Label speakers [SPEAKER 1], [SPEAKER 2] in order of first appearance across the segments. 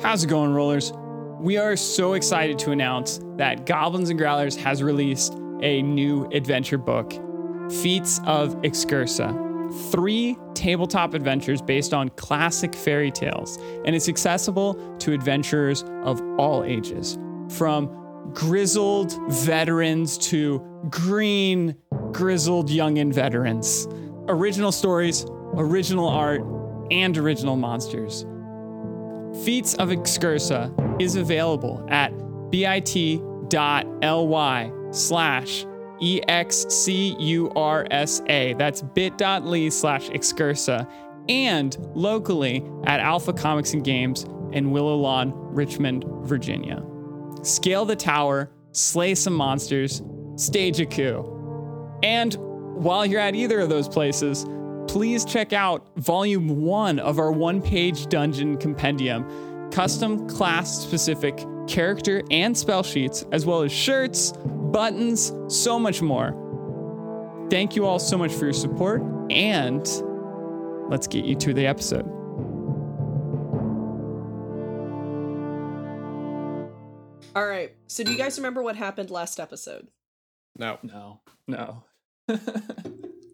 [SPEAKER 1] How's it going, Rollers? We are so excited to announce that Goblins and Growlers has released a new adventure book, Feats of Excursa. Three tabletop adventures based on classic fairy tales, and it's accessible to adventurers of all ages, from grizzled veterans to green, grizzled youngin' veterans. Original stories, original art, and original monsters. Feats of Excursa is available at bit.ly slash E excursa. That's bit.ly slash excursa. And locally at Alpha Comics and Games in Willow Lawn, Richmond, Virginia. Scale the tower, slay some monsters, stage a coup. And while you're at either of those places, please check out volume one of our one page dungeon compendium custom class specific character and spell sheets, as well as shirts, buttons, so much more. Thank you all so much for your support, and let's get you to the episode.
[SPEAKER 2] All right. So, do you guys remember what happened last episode?
[SPEAKER 3] No.
[SPEAKER 1] No, no.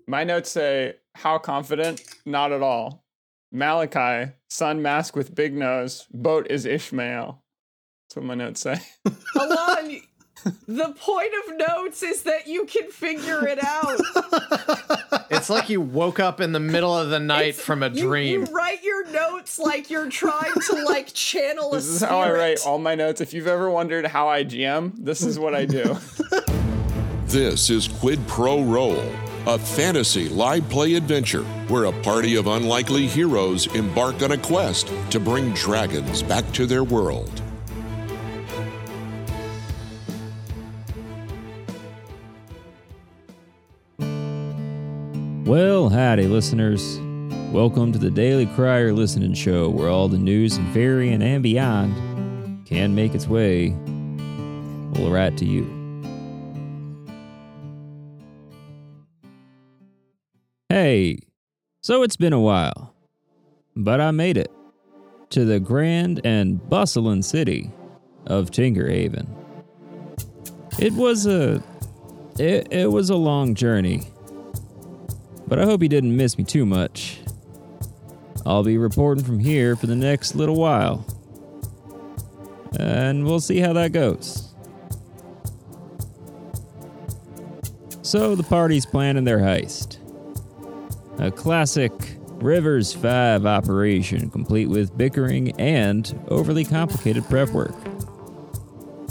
[SPEAKER 1] My notes say, How confident? Not at all. Malachi, sun mask with big nose, boat is Ishmael. That's what my notes say.
[SPEAKER 2] Alon, the point of notes is that you can figure it out.
[SPEAKER 4] It's like you woke up in the middle of the night
[SPEAKER 2] It's-
[SPEAKER 4] from a
[SPEAKER 2] you- You,
[SPEAKER 4] dream.
[SPEAKER 2] write your notes like you're trying to like channel a
[SPEAKER 1] This is how I
[SPEAKER 2] spirit.
[SPEAKER 1] write all my notes. If you've ever wondered how I GM, this is what I do.
[SPEAKER 5] This is Quid Pro Roll, a fantasy live play adventure where a party of unlikely heroes embark on a quest to bring dragons back to their world.
[SPEAKER 6] Well, howdy, listeners. Welcome to the Daily Crier Listening Show, where all the news and variant and beyond can make its way. All right to you. Hey, so it's been a while, but I made it to the grand and bustling city of Tingerhaven. It was a it, it was a long journey but I hope you didn't miss me too much. I'll be reporting from here for the next little while. And we'll see how that goes. So the party's planning their heist. A classic Rivers 5 operation, complete with bickering and overly complicated prep work.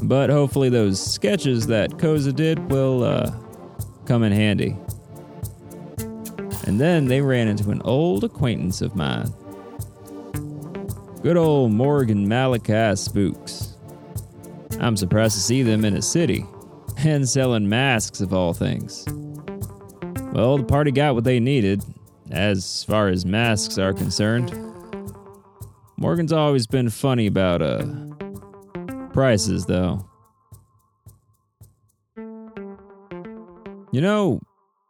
[SPEAKER 6] But hopefully, those sketches that Koza did will uh, come in handy. And then they ran into an old acquaintance of mine. Good old Morgan Malachi Spooks. I'm surprised to see them in a city and selling masks of all things. Well, the party got what they needed as far as masks are concerned. Morgan's always been funny about uh prices though. You know,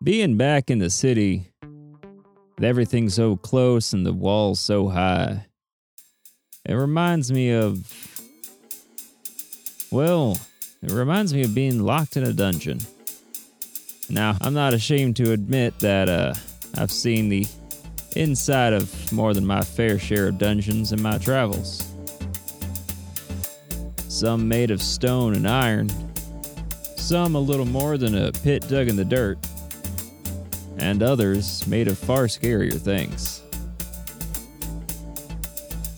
[SPEAKER 6] being back in the city, with everything so close and the walls so high, it reminds me of. Well, it reminds me of being locked in a dungeon. Now, I'm not ashamed to admit that uh, I've seen the inside of more than my fair share of dungeons in my travels. Some made of stone and iron, some a little more than a pit dug in the dirt and others made of far scarier things.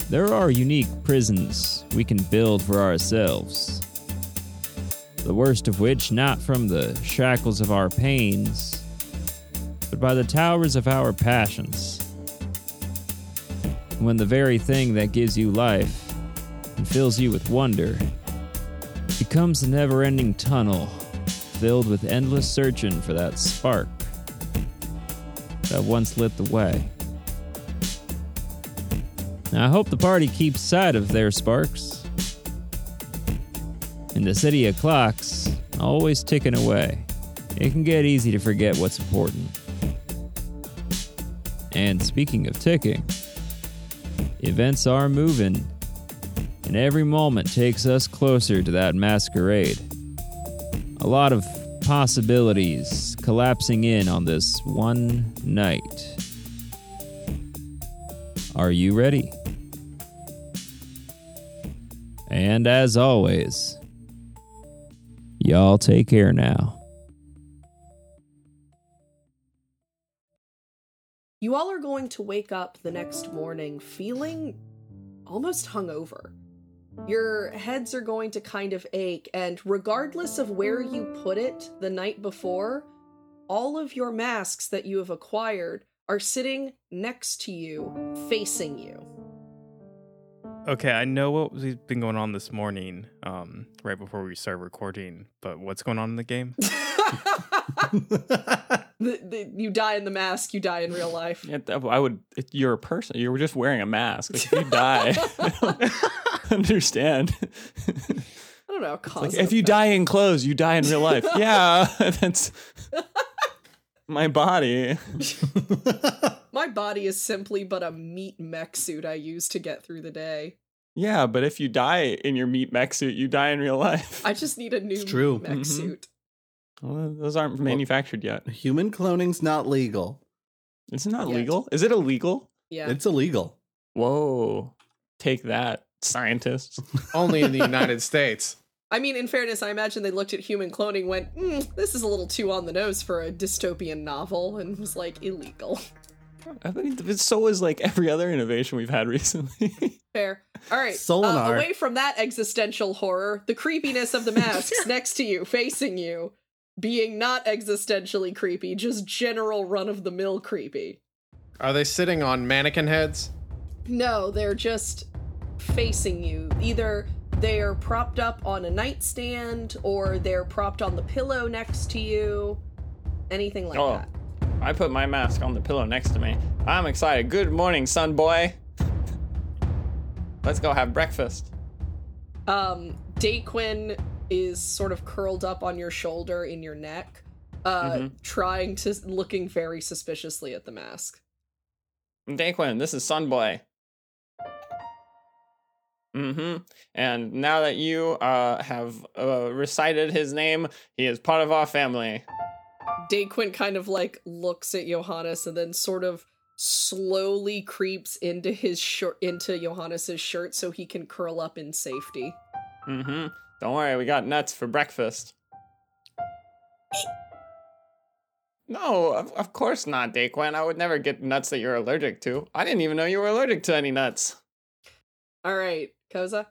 [SPEAKER 6] There are unique prisons we can build for ourselves, the worst of which not from the shackles of our pains, but by the towers of our passions. When the very thing that gives you life and fills you with wonder becomes a never ending tunnel filled with endless searching for that spark that once lit the way. Now, I hope the party keeps sight of their sparks. In the city of clocks, always ticking away, it can get easy to forget what's important. And speaking of ticking, events are moving and every moment takes us closer to that masquerade. A lot of possibilities collapsing in on this one night. Are you ready? And as always, y'all take care now.
[SPEAKER 2] You all are going to wake up the next morning feeling almost hungover. Your heads are going to kind of ache, and regardless of where you put it the night before, all of your masks that you have acquired are sitting next to you, facing you.
[SPEAKER 3] Okay, I know what's been going on this morning, um, right before we started recording, but what's going on in the game?
[SPEAKER 2] The, the, you die in the mask, you die in real life.
[SPEAKER 1] Yeah, that- I would. if You're a person. You were just wearing a mask. Like, if you die, I don't understand.
[SPEAKER 2] I don't know. Cause
[SPEAKER 1] Like,
[SPEAKER 2] and
[SPEAKER 1] if you die in clothes, you die in real life. yeah, that's my body.
[SPEAKER 2] My body is simply but a meat mech suit I use to get through the day.
[SPEAKER 1] Yeah, but if you die in your meat mech suit, you die in real life.
[SPEAKER 2] I just need a new
[SPEAKER 4] true.
[SPEAKER 2] mech
[SPEAKER 1] Mhm.
[SPEAKER 2] suit.
[SPEAKER 1] Well, those aren't manufactured yet.
[SPEAKER 7] Human cloning's not legal.
[SPEAKER 1] It's not
[SPEAKER 2] Yet.
[SPEAKER 1] legal. Is it illegal?
[SPEAKER 2] Yeah.
[SPEAKER 7] It's illegal.
[SPEAKER 1] Whoa! Take that, scientists.
[SPEAKER 4] Only in the United States.
[SPEAKER 2] I mean, in fairness, I imagine they looked at human cloning, and went, mm, "This is a little too on the nose for a dystopian novel," and was like, "Illegal."
[SPEAKER 1] I mean, but so is like every other innovation we've had recently.
[SPEAKER 2] Fair. All right. uh,
[SPEAKER 7] Solinar.
[SPEAKER 2] away from that existential horror, the creepiness of the masks next to you, facing you, being not existentially creepy, just general run of the mill creepy.
[SPEAKER 4] Are they sitting on mannequin heads?
[SPEAKER 2] No, they're just facing you. Either they are propped up on a nightstand or they're propped on the pillow next to you. Anything like
[SPEAKER 1] Oh.
[SPEAKER 2] that.
[SPEAKER 1] I put my mask on the pillow next to me. I'm excited. Good morning, son boy. Let's go have breakfast.
[SPEAKER 2] Um, Daquin is sort of curled up on your shoulder in your neck, uh, trying to looking very suspiciously at the mask.
[SPEAKER 1] Daquin, this is Sunboy. Mm-hmm. And now that you uh, have uh, recited his name, he is part of our family.
[SPEAKER 2] Daquin kind of like looks at Johannes and then sort of slowly creeps into his shirt into Johannes's shirt so he can curl up in safety.
[SPEAKER 1] Mm-hmm. Don't worry, we got nuts for breakfast. No, of, of course not, Daquin. I would never get nuts that you're allergic to. I didn't even know you were allergic to any nuts.
[SPEAKER 2] All right, Koza.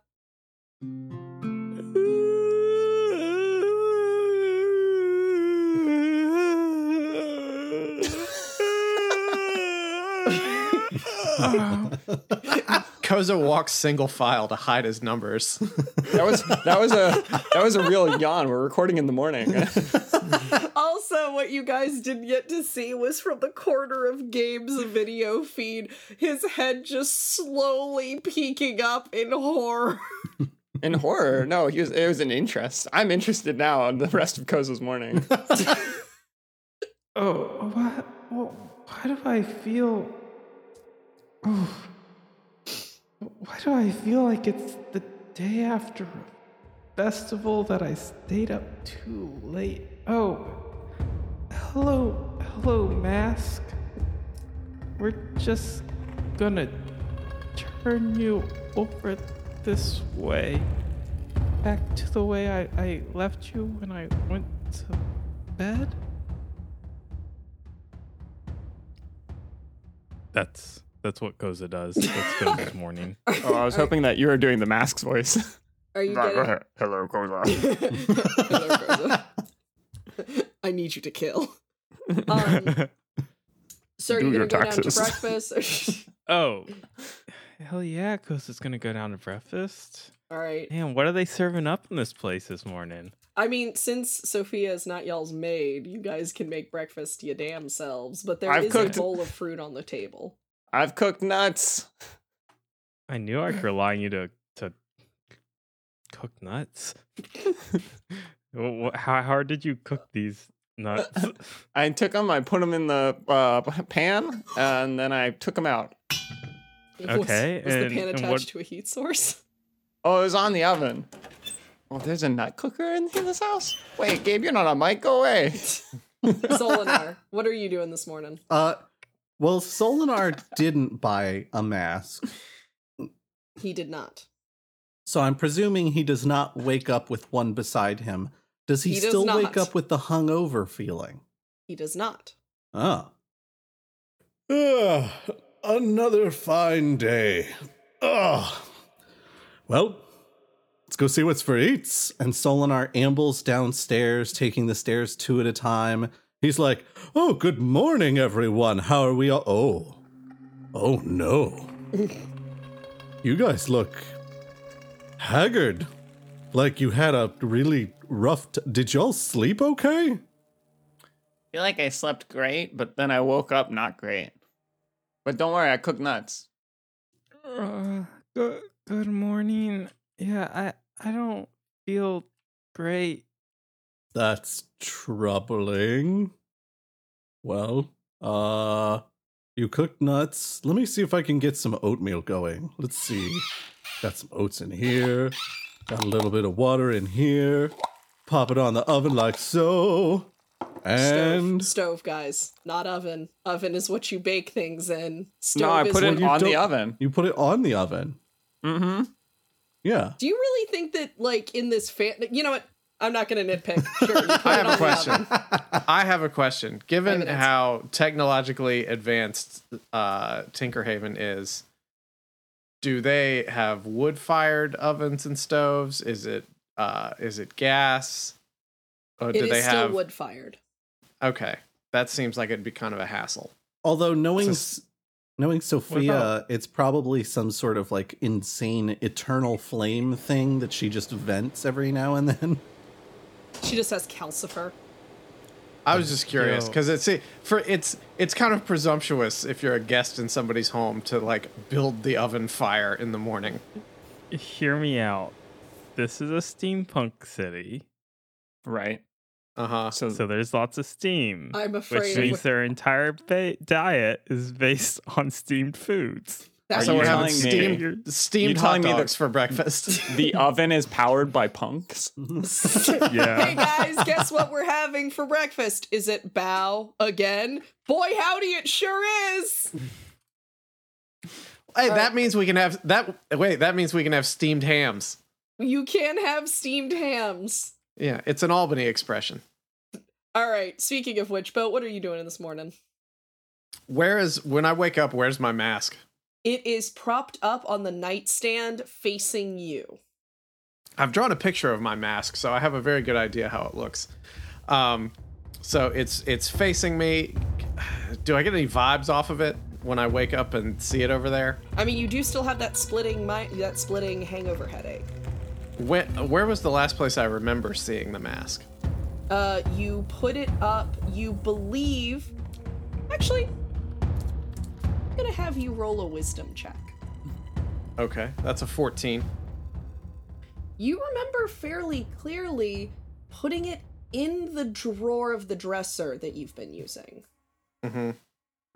[SPEAKER 4] Koza walks single file to hide his numbers.
[SPEAKER 1] That was that was a that was a real yawn. We're recording in the morning.
[SPEAKER 2] Also, what you guys didn't get to see was from the corner of Gabe's video feed, his head just slowly peeking up in horror.
[SPEAKER 1] In horror, no, he was, it was an interest. I'm interested now on the rest of Koza's morning.
[SPEAKER 3] oh, what? why do I feel? why do I feel like it's the day after a festival that I stayed up too late? Oh, hello, hello, mask. We're just gonna turn you over this way. Back to the way I, I left you when I went to bed? That's that's what Goza does. That's Goza's morning.
[SPEAKER 1] oh, I was hoping that you were doing the mask's voice.
[SPEAKER 2] Are you getting
[SPEAKER 3] Hello, Goza.
[SPEAKER 2] Hello, Koza. I need you to kill. Um, so are
[SPEAKER 1] Do
[SPEAKER 2] you gonna
[SPEAKER 1] your
[SPEAKER 2] go down
[SPEAKER 1] taxes.
[SPEAKER 2] to breakfast?
[SPEAKER 3] Oh, hell yeah! Goza's gonna go down to breakfast.
[SPEAKER 2] All right.
[SPEAKER 3] Man, what are they serving up in this place this morning?
[SPEAKER 2] I mean, since Sophia is not y'all's maid, you guys can make breakfast your damn selves. But there is
[SPEAKER 1] I've cooked-
[SPEAKER 2] a bowl of fruit on the table.
[SPEAKER 1] I've cooked nuts.
[SPEAKER 3] I knew I could rely on you to to cook nuts. Wh- wh- How hard did you cook these nuts?
[SPEAKER 1] I took them, I put them in the uh, pan, and then I took them out.
[SPEAKER 2] Was-
[SPEAKER 3] Okay,
[SPEAKER 2] Was, the
[SPEAKER 3] and-
[SPEAKER 2] pan
[SPEAKER 3] and
[SPEAKER 2] attached
[SPEAKER 3] what-
[SPEAKER 2] to a heat source?
[SPEAKER 1] Oh, it was on the oven. Oh, there's a nut cooker in this house? Wait, Gabe, you're not on mic. Go away.
[SPEAKER 2] Solinar, what are you doing this morning?
[SPEAKER 7] Uh, well, Solinar didn't buy a mask,
[SPEAKER 2] He did not.
[SPEAKER 7] so I'm presuming he does not wake up with one beside him. Does he,
[SPEAKER 2] He does
[SPEAKER 7] still
[SPEAKER 2] not.
[SPEAKER 7] wake up with the hungover feeling?
[SPEAKER 2] He does not.
[SPEAKER 7] Oh. another fine day. Ugh. Well, let's go see what's for eats. And Solinar ambles downstairs, taking the stairs two at a time. He's like, Oh, good morning, everyone. How are we all? Oh. Oh, no. you guys look haggard. Like you had a really rough. T- Did y'all sleep okay?
[SPEAKER 1] feel like I slept great, but then I woke up not great. But don't worry, I cook nuts.
[SPEAKER 3] Uh, good, good morning. Yeah, I I don't feel great.
[SPEAKER 7] That's troubling. Well, uh, you cooked nuts. Let me see if I can get some oatmeal going. Let's see. Got some oats in here. Got a little bit of water in here. Pop it on the oven like so. And
[SPEAKER 2] Stove, stove, guys, not oven. Oven is what you bake things in. Stove
[SPEAKER 1] no, I
[SPEAKER 2] is
[SPEAKER 1] put
[SPEAKER 2] what
[SPEAKER 1] it
[SPEAKER 7] you
[SPEAKER 1] on the
[SPEAKER 7] don't-
[SPEAKER 1] oven.
[SPEAKER 7] you put it on the oven.
[SPEAKER 1] Mm-hmm.
[SPEAKER 7] Yeah.
[SPEAKER 2] Do you really think that, like, in this fan, you know what? I'm not going to nitpick. Sure, you put
[SPEAKER 4] I
[SPEAKER 2] it on
[SPEAKER 4] have a
[SPEAKER 2] the
[SPEAKER 4] question.
[SPEAKER 2] oven.
[SPEAKER 4] I have a question. Given
[SPEAKER 2] Evidence.
[SPEAKER 4] how technologically advanced uh, Tinkerhaven is, do they have wood-fired ovens and stoves? Is it uh, is it gas? Or
[SPEAKER 2] It
[SPEAKER 4] do
[SPEAKER 2] is
[SPEAKER 4] they
[SPEAKER 2] still
[SPEAKER 4] have?
[SPEAKER 2] wood fired.
[SPEAKER 4] Okay, that seems like it'd be kind of a hassle.
[SPEAKER 7] Although knowing
[SPEAKER 4] It's
[SPEAKER 7] S- knowing Sophia, it's probably some sort of like insane eternal flame thing that she just vents every now and then.
[SPEAKER 2] She just has calcifer.
[SPEAKER 4] I was just curious
[SPEAKER 3] Yo.
[SPEAKER 4] because it's for it's it's kind of presumptuous if you're a guest in somebody's home to like build the oven fire in the morning.
[SPEAKER 3] Hear me out. This is a steampunk city,
[SPEAKER 1] Right.
[SPEAKER 4] Uh huh.
[SPEAKER 1] So,
[SPEAKER 3] so there's lots of steam.
[SPEAKER 2] I'm afraid
[SPEAKER 3] Which
[SPEAKER 2] we-
[SPEAKER 3] means their entire ba- diet is based on steamed foods.
[SPEAKER 2] That's
[SPEAKER 1] Are
[SPEAKER 4] So
[SPEAKER 1] you
[SPEAKER 4] we're having
[SPEAKER 1] telling me
[SPEAKER 3] You're-
[SPEAKER 4] steamed steamed
[SPEAKER 1] you
[SPEAKER 4] hot
[SPEAKER 1] telling me
[SPEAKER 4] dogs
[SPEAKER 1] that-
[SPEAKER 4] for breakfast.
[SPEAKER 1] the oven is powered by punks?
[SPEAKER 2] Hey
[SPEAKER 3] Yeah.
[SPEAKER 2] guys, guess what we're having for breakfast? Is it bow again? Boy, howdy, it sure is.
[SPEAKER 4] Hey, that means we can have that. Wait, that means we can have steamed hams.
[SPEAKER 2] You can have steamed hams.
[SPEAKER 4] Yeah, it's an Albany expression.
[SPEAKER 2] All right. Speaking of which, Boat, what are you doing this morning?
[SPEAKER 4] Where is when I wake up? Where's my mask?
[SPEAKER 2] It is propped up on the nightstand facing you.
[SPEAKER 4] I've drawn a picture of my mask, so I have a very good idea how it looks. Um, so it's it's facing me. Do I get any vibes off of it when I wake up and see it over there?
[SPEAKER 2] I mean, you do still have that splitting mi- that splitting hangover headache.
[SPEAKER 4] When, where was the last place I remember seeing the mask?
[SPEAKER 2] Uh, you put it up. You believe. Actually, I'm gonna have you roll a wisdom check.
[SPEAKER 4] Okay, that's a fourteen.
[SPEAKER 2] you remember fairly clearly putting it in the drawer of the dresser that you've been using.
[SPEAKER 4] Mm-hmm.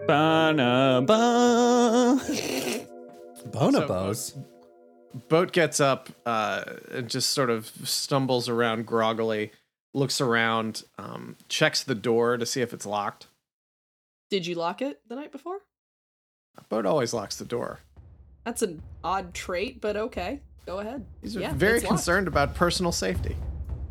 [SPEAKER 1] Ba-na-ba.
[SPEAKER 7] Bonobos.
[SPEAKER 4] Boat gets up uh, and just sort of stumbles around groggily, looks around, um, checks the door to see if it's locked.
[SPEAKER 2] Did you lock it the night before?
[SPEAKER 4] Boat always locks the door.
[SPEAKER 2] That's an odd trait, but okay. Go ahead.
[SPEAKER 4] He's
[SPEAKER 2] Yeah,
[SPEAKER 4] very
[SPEAKER 2] it's locked.
[SPEAKER 4] concerned about personal safety.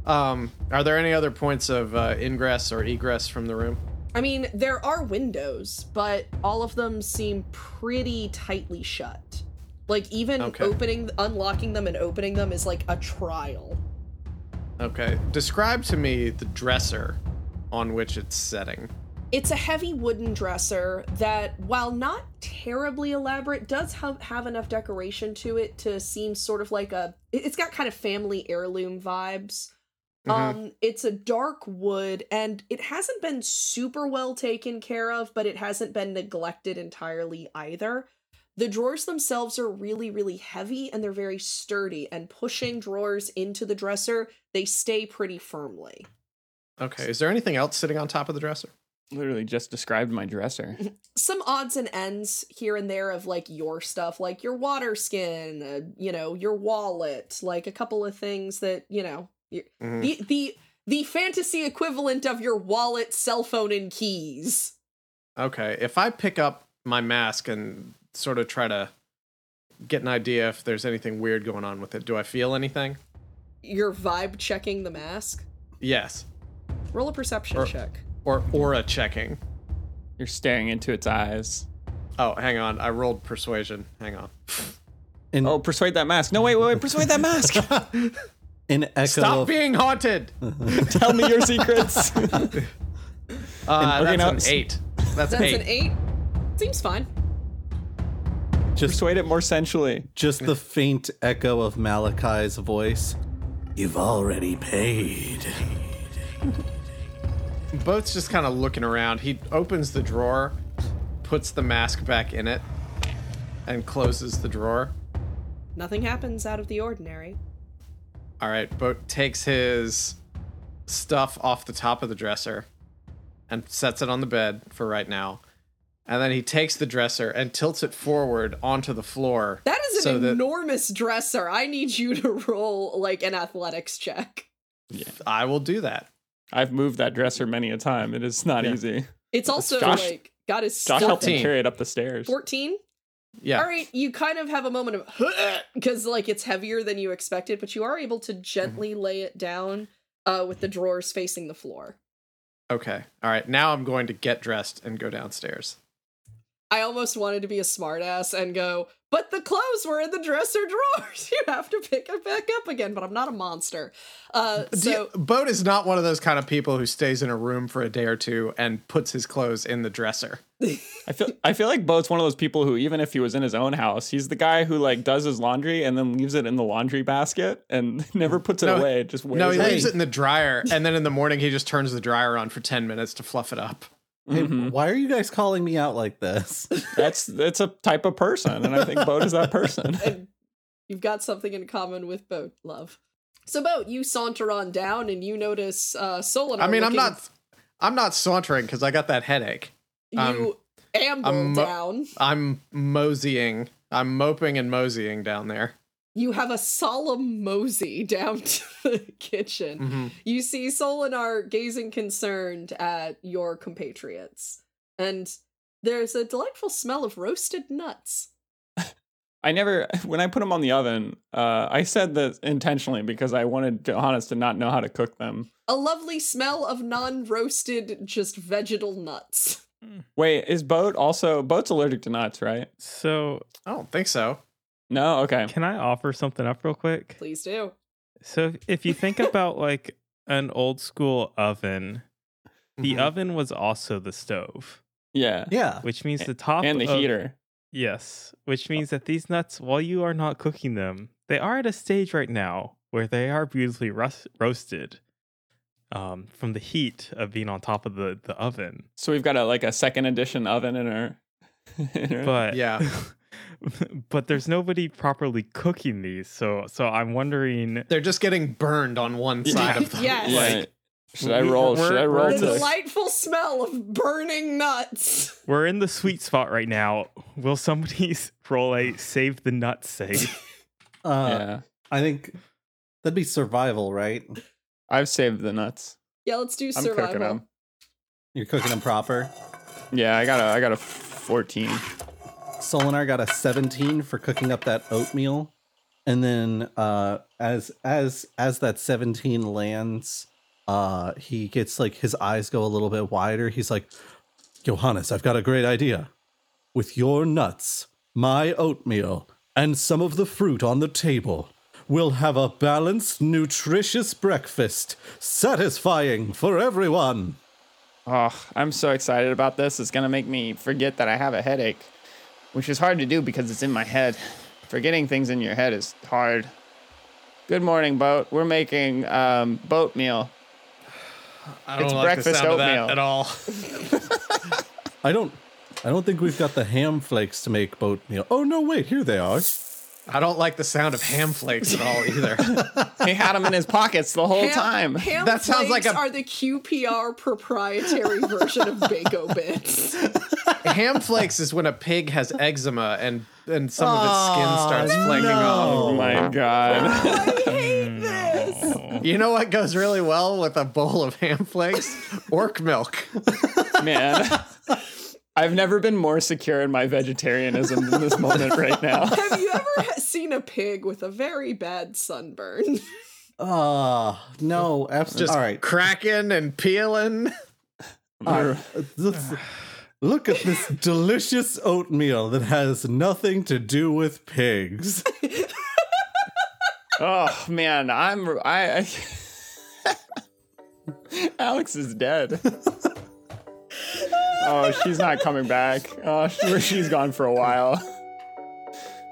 [SPEAKER 4] Um, are there any other points of uh, ingress or egress from the room?
[SPEAKER 2] I mean, there are windows, but all of them seem pretty tightly shut. Like even
[SPEAKER 4] Okay.
[SPEAKER 2] opening unlocking them and opening them is like a trial.
[SPEAKER 4] Okay. Describe to me the dresser on which it's setting.
[SPEAKER 2] It's a heavy wooden dresser that, while not terribly elaborate, does have, have enough decoration to it to seem sort of like a. it- It's got kind of family heirloom vibes. Um, it's a dark wood, and it hasn't been super well taken care of, but it hasn't been neglected entirely either. The drawers themselves are really, really heavy, and they're very sturdy. And pushing drawers into the dresser, they stay pretty firmly.
[SPEAKER 4] Okay. Is there anything else sitting on top of the dresser?
[SPEAKER 1] Literally just described my dresser.
[SPEAKER 2] some odds and ends here and there of like your stuff, like your water skin, uh, you know, your wallet, like a couple of things that you know y-
[SPEAKER 4] Mhm.
[SPEAKER 2] the the the fantasy equivalent of your wallet, cell phone, and keys.
[SPEAKER 4] Okay, if I pick up my mask and sort of try to get an idea if there's anything weird going on with it, do I feel anything?
[SPEAKER 2] Your vibe checking the mask.
[SPEAKER 4] Yes.
[SPEAKER 2] Roll a perception
[SPEAKER 4] Or-
[SPEAKER 2] check.
[SPEAKER 4] Or aura checking.
[SPEAKER 1] You're staring into its eyes.
[SPEAKER 4] Oh, hang on. I rolled persuasion. Hang on.
[SPEAKER 7] In,
[SPEAKER 1] Oh, persuade that mask. No, wait, wait, wait. Persuade that mask.
[SPEAKER 7] in echo
[SPEAKER 4] Stop
[SPEAKER 7] of,
[SPEAKER 4] being haunted.
[SPEAKER 1] Tell me your secrets.
[SPEAKER 4] Uh,
[SPEAKER 1] okay,
[SPEAKER 4] that's
[SPEAKER 1] now-
[SPEAKER 4] an eight. That's,
[SPEAKER 2] That's
[SPEAKER 4] eight.
[SPEAKER 2] an eight. Seems fine.
[SPEAKER 7] just
[SPEAKER 1] persuade it more sensually.
[SPEAKER 7] just the faint echo of Malachi's voice. You've already paid.
[SPEAKER 4] Boat's just kind of looking around. He opens the drawer, puts the mask back in it, and closes the drawer.
[SPEAKER 2] Nothing happens out of the ordinary.
[SPEAKER 4] All right, Boat takes his stuff off the top of the dresser and sets it on the bed for right now. And then he takes the dresser and tilts it forward onto the floor.
[SPEAKER 2] That is
[SPEAKER 4] so
[SPEAKER 2] an
[SPEAKER 4] that
[SPEAKER 2] enormous dresser. I need you to roll like an athletics check.
[SPEAKER 4] I will do that.
[SPEAKER 1] I've moved that dresser many a time. It is not easy.
[SPEAKER 2] It's also
[SPEAKER 1] Josh-
[SPEAKER 2] like got his
[SPEAKER 1] Josh
[SPEAKER 2] stuff
[SPEAKER 1] helped me
[SPEAKER 4] Fourteen.
[SPEAKER 1] carry it up the stairs.
[SPEAKER 2] 14
[SPEAKER 4] Yeah.
[SPEAKER 2] all right you kind of have a moment of because like it's heavier than you expected but you are able to gently
[SPEAKER 4] Mm-hmm.
[SPEAKER 2] lay it down uh, with the drawers facing the floor
[SPEAKER 4] Okay. All right. Now I'm going to get dressed and go downstairs.
[SPEAKER 2] i almost wanted to be a smartass and go but the clothes were in the dresser drawers you have to pick it back up again but i'm not a monster uh,
[SPEAKER 4] Do
[SPEAKER 2] so
[SPEAKER 4] you- Boat is not one of those kind of people who stays in a room for a day or two and puts his clothes in the dresser.
[SPEAKER 1] I feel I feel like Bo's one of those people who, even if he was in his own house, he's the guy who like does his laundry and then leaves it in the laundry basket and never puts it
[SPEAKER 4] No,
[SPEAKER 1] away. Just wears
[SPEAKER 4] No, he
[SPEAKER 1] it.
[SPEAKER 4] leaves it in the dryer, and then in the morning he just turns the dryer on for ten minutes to fluff it up.
[SPEAKER 7] Hey, why are you guys calling me out like this?
[SPEAKER 1] That's that's a type of person, and I think Bo is that person.
[SPEAKER 2] and uh, you've got something in common with boat love so boat you saunter on down and you notice uh Solinar
[SPEAKER 4] I mean, I'm
[SPEAKER 2] looking-
[SPEAKER 4] not, I'm not sauntering because I got that headache.
[SPEAKER 2] you amble
[SPEAKER 4] um, I'm- uh,
[SPEAKER 2] down
[SPEAKER 4] I'm moseying. I'm moping and moseying down there.
[SPEAKER 2] you have a solemn mosey down to the kitchen.
[SPEAKER 1] Mm.
[SPEAKER 4] Mm-hmm.
[SPEAKER 2] You see Solinar gazing concerned at your compatriots, and there's a delightful smell of roasted nuts.
[SPEAKER 1] I never when I put them on the oven, uh, I said that intentionally because I wanted Johannes to not know how to cook them.
[SPEAKER 2] A lovely smell of non-roasted, just vegetal nuts.
[SPEAKER 1] Wait, is Boat also Boat's allergic to nuts, right?
[SPEAKER 8] So,
[SPEAKER 4] I don't think so.
[SPEAKER 1] No, okay.
[SPEAKER 8] can I offer something up real quick?
[SPEAKER 2] Please do.
[SPEAKER 8] So, if, if you think about like an old school oven, the
[SPEAKER 4] Mhm.
[SPEAKER 8] oven was also the stove,
[SPEAKER 1] Yeah,
[SPEAKER 7] yeah.
[SPEAKER 8] which means the Oh. top
[SPEAKER 1] and the
[SPEAKER 8] of-
[SPEAKER 1] heater.
[SPEAKER 8] Yes, which means that these nuts, while you are not cooking them, they are at a stage right now where they are beautifully rus- roasted um, from the heat of being on top of the, the oven.
[SPEAKER 1] So we've got a like a second edition oven in our. in our-
[SPEAKER 8] But
[SPEAKER 4] Yeah.
[SPEAKER 8] but there's nobody properly cooking these, so so I'm wondering.
[SPEAKER 4] They're just getting burned on one side of the.
[SPEAKER 2] Yes.
[SPEAKER 1] yeah.
[SPEAKER 4] Like,
[SPEAKER 1] should I
[SPEAKER 8] we-
[SPEAKER 1] roll?
[SPEAKER 8] we're-
[SPEAKER 1] Should I
[SPEAKER 8] we're
[SPEAKER 1] roll
[SPEAKER 2] The
[SPEAKER 8] in
[SPEAKER 1] to?
[SPEAKER 2] delightful smell of burning nuts.
[SPEAKER 8] We're in the sweet spot right now. Will somebody s- roll a save the nut save?
[SPEAKER 7] Uh,
[SPEAKER 1] Yeah,
[SPEAKER 7] I think that'd be survival, right?
[SPEAKER 1] I've saved the nuts.
[SPEAKER 2] Yeah, let's do
[SPEAKER 1] I'm cooking
[SPEAKER 2] survival.
[SPEAKER 1] them.
[SPEAKER 7] You're cooking them proper.
[SPEAKER 1] Yeah, I got a I got a fourteen.
[SPEAKER 7] Solinar got a 17 for cooking up that oatmeal. And then uh as as as that 17 lands, uh he gets like his eyes go a little bit wider. He's like, "Johannes, I've got a great idea. With your nuts, my oatmeal, and some of the fruit on the table, we'll have a balanced, nutritious breakfast, satisfying for everyone."
[SPEAKER 1] Oh, I'm so excited about this. It's gonna make me forget that I have a headache, which is hard to do because it's in my head. Forgetting things in your head is hard. Good morning, boat. We're making um, boat meal.
[SPEAKER 4] I don't
[SPEAKER 1] It's
[SPEAKER 4] like
[SPEAKER 1] breakfast
[SPEAKER 4] the sound of
[SPEAKER 1] oatmeal.
[SPEAKER 4] that at all.
[SPEAKER 7] I don't I don't think we've got the ham flakes to make oatmeal. Oh no, wait, here they are.
[SPEAKER 4] I don't like the sound of ham flakes at all either.
[SPEAKER 1] He had them in his pockets the whole
[SPEAKER 2] Ham-
[SPEAKER 1] time.
[SPEAKER 2] Ham
[SPEAKER 4] That sounds like
[SPEAKER 2] flakes
[SPEAKER 4] a-
[SPEAKER 2] are the QPR proprietary version of Bako Bits.
[SPEAKER 4] ham flakes is when a pig has eczema and and some of its skin starts flaking
[SPEAKER 1] Oh my god.
[SPEAKER 2] I
[SPEAKER 1] Mm.
[SPEAKER 2] hate this.
[SPEAKER 4] off. You know what goes really well with a bowl of ham flakes? Orc milk.
[SPEAKER 1] Man. I've never been more secure in my vegetarianism than this moment right now.
[SPEAKER 2] Have you ever ha- seen a pig with a very bad sunburn?
[SPEAKER 7] Ah, no, absolutely.
[SPEAKER 4] Just
[SPEAKER 7] All right.
[SPEAKER 4] cracking and peeling.
[SPEAKER 7] All right. Let's- Look at this delicious oatmeal that has nothing to do with pigs.
[SPEAKER 1] Oh man, I'm I, I Alex is dead. oh, she's not coming back. Oh, she, she's gone for a while.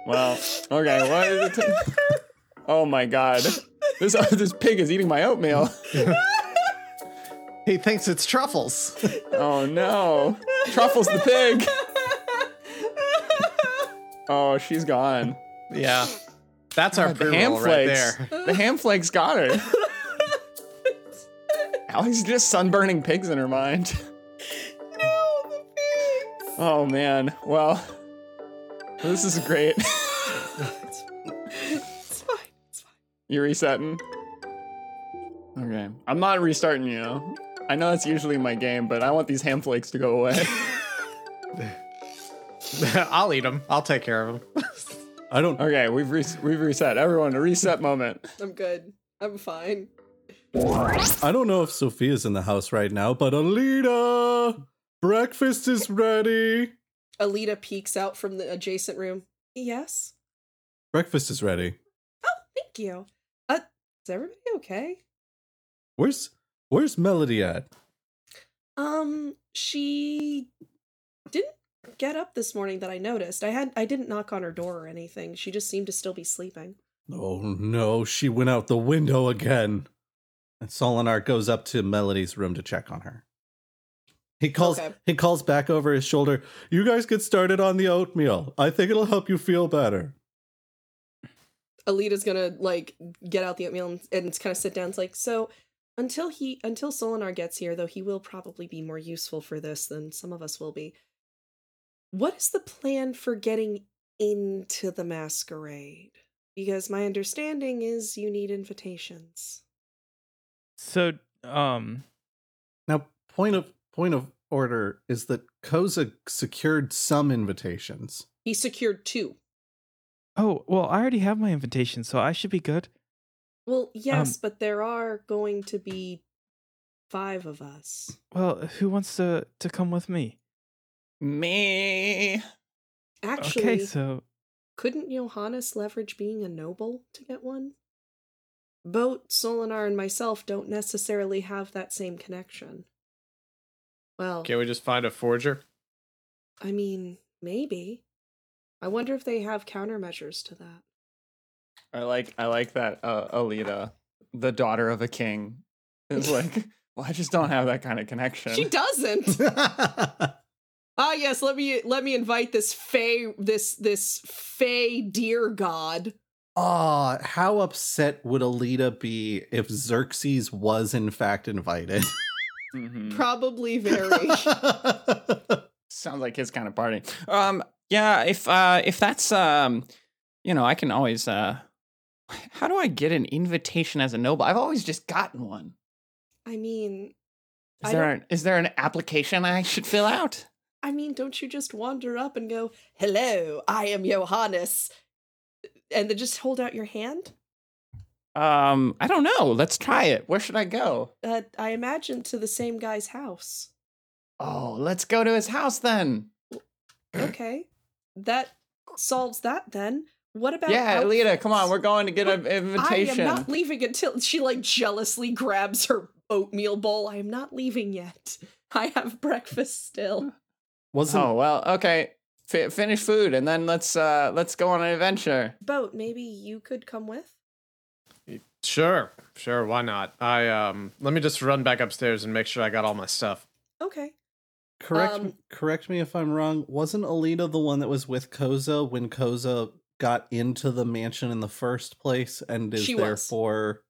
[SPEAKER 1] Well, okay. What is it? oh my god, this this pig is eating my oatmeal.
[SPEAKER 4] He thinks it's truffles.
[SPEAKER 1] Oh no, Truffles the pig. Oh, she's gone.
[SPEAKER 4] Yeah. That's our
[SPEAKER 1] Ah, The
[SPEAKER 4] pre-roll
[SPEAKER 1] ham
[SPEAKER 4] right
[SPEAKER 1] flakes.
[SPEAKER 4] there.
[SPEAKER 1] The ham flakes got her. Alex is just sunburning pigs in her mind.
[SPEAKER 2] no, the pigs.
[SPEAKER 1] Oh man. Well, this is great.
[SPEAKER 2] It's fine. It's fine.
[SPEAKER 1] you resetting? Okay. I'm not restarting you. I know that's usually my game, but I want these ham flakes to go away.
[SPEAKER 4] I'll eat them. I'll take care of them.
[SPEAKER 7] I don't.
[SPEAKER 1] okay, we've res we've reset. Everyone, a reset moment.
[SPEAKER 2] I'm good. I'm fine.
[SPEAKER 7] I don't know if Sophia's in the house right now, but Alita, breakfast is ready.
[SPEAKER 2] Alita peeks out from the adjacent room. Yes.
[SPEAKER 7] Breakfast is ready.
[SPEAKER 2] Oh, thank you. Uh, is everybody okay?
[SPEAKER 7] Where's Where's Melody at?
[SPEAKER 2] Um, she didn't get up this morning that I noticed. I had I didn't knock on her door or anything. She just seemed to still be sleeping.
[SPEAKER 7] Oh no, she went out the window again. And Solinar goes up to Melody's room to check on her. He calls
[SPEAKER 2] Okay.
[SPEAKER 7] he calls back over his shoulder, "You guys get started on the oatmeal. I think it'll help you feel better."
[SPEAKER 2] Alita's gonna like get out the oatmeal and, and kind of sit down. It's like so until he until Solinar gets here, though he will probably be more useful for this than some of us will be. What is the plan for getting into the masquerade? Because my understanding is you need invitations.
[SPEAKER 8] So, um,
[SPEAKER 7] Now, point of point of order is that Koza secured some invitations.
[SPEAKER 2] He secured two.
[SPEAKER 8] oh, well, I already have my invitation, so I should be good.
[SPEAKER 2] Well, yes, but there are going to be five of us.
[SPEAKER 8] Well, who wants to to come with me?
[SPEAKER 1] Me.
[SPEAKER 2] Actually,
[SPEAKER 8] okay, so oh,
[SPEAKER 2] couldn't Johannes leverage being a noble to get one? Boat, Solinar, and myself don't necessarily have that same connection. Well,
[SPEAKER 4] Can we just find a forger?
[SPEAKER 2] I mean, maybe. I wonder if they have countermeasures to that.
[SPEAKER 1] I like I like that uh, Alita, the daughter of a king, is like. Well, I just don't have that kind of connection.
[SPEAKER 2] She doesn't. ah, yes. Let me let me invite this fey, this this fey deer god.
[SPEAKER 7] Ah, how upset would Alita be if Xerxes was in fact invited?
[SPEAKER 1] Mhm.
[SPEAKER 2] Probably very.
[SPEAKER 1] Sounds like his kind of party. Um, yeah, if uh, if that's um, you know, I can always uh, how do I get an invitation as a noble? I've always just gotten one.
[SPEAKER 2] I mean,
[SPEAKER 1] Is
[SPEAKER 2] I
[SPEAKER 1] there
[SPEAKER 2] don't-
[SPEAKER 1] an, is there an application I should fill out?
[SPEAKER 2] I mean, don't you just wander up and go, "Hello, I am Johannes," and then just hold out your hand?
[SPEAKER 1] Um, I don't know. Let's try it. Where should I go?
[SPEAKER 2] Uh, I imagine to the same guy's house.
[SPEAKER 1] Oh, let's go to his house then.
[SPEAKER 2] Okay, that solves that then. What about?
[SPEAKER 1] yeah,
[SPEAKER 2] outfits?
[SPEAKER 1] Alita, come on. We're going to get an
[SPEAKER 2] I am
[SPEAKER 1] invitation.
[SPEAKER 2] not leaving until she like jealously grabs her oatmeal bowl. I am not leaving yet. I have breakfast still.
[SPEAKER 7] Wasn't
[SPEAKER 1] oh well, okay. F- finish food and then let's uh let's go on an adventure.
[SPEAKER 2] Boat, maybe you could come with.
[SPEAKER 4] Sure. Sure, why not? I um let me just run back upstairs and make sure I got all my stuff.
[SPEAKER 2] Okay.
[SPEAKER 7] correct
[SPEAKER 2] um,
[SPEAKER 7] correct me if I'm wrong. Wasn't Alita the one that was with Koza when Koza got into the mansion in the first place and is
[SPEAKER 2] She was.
[SPEAKER 7] therefore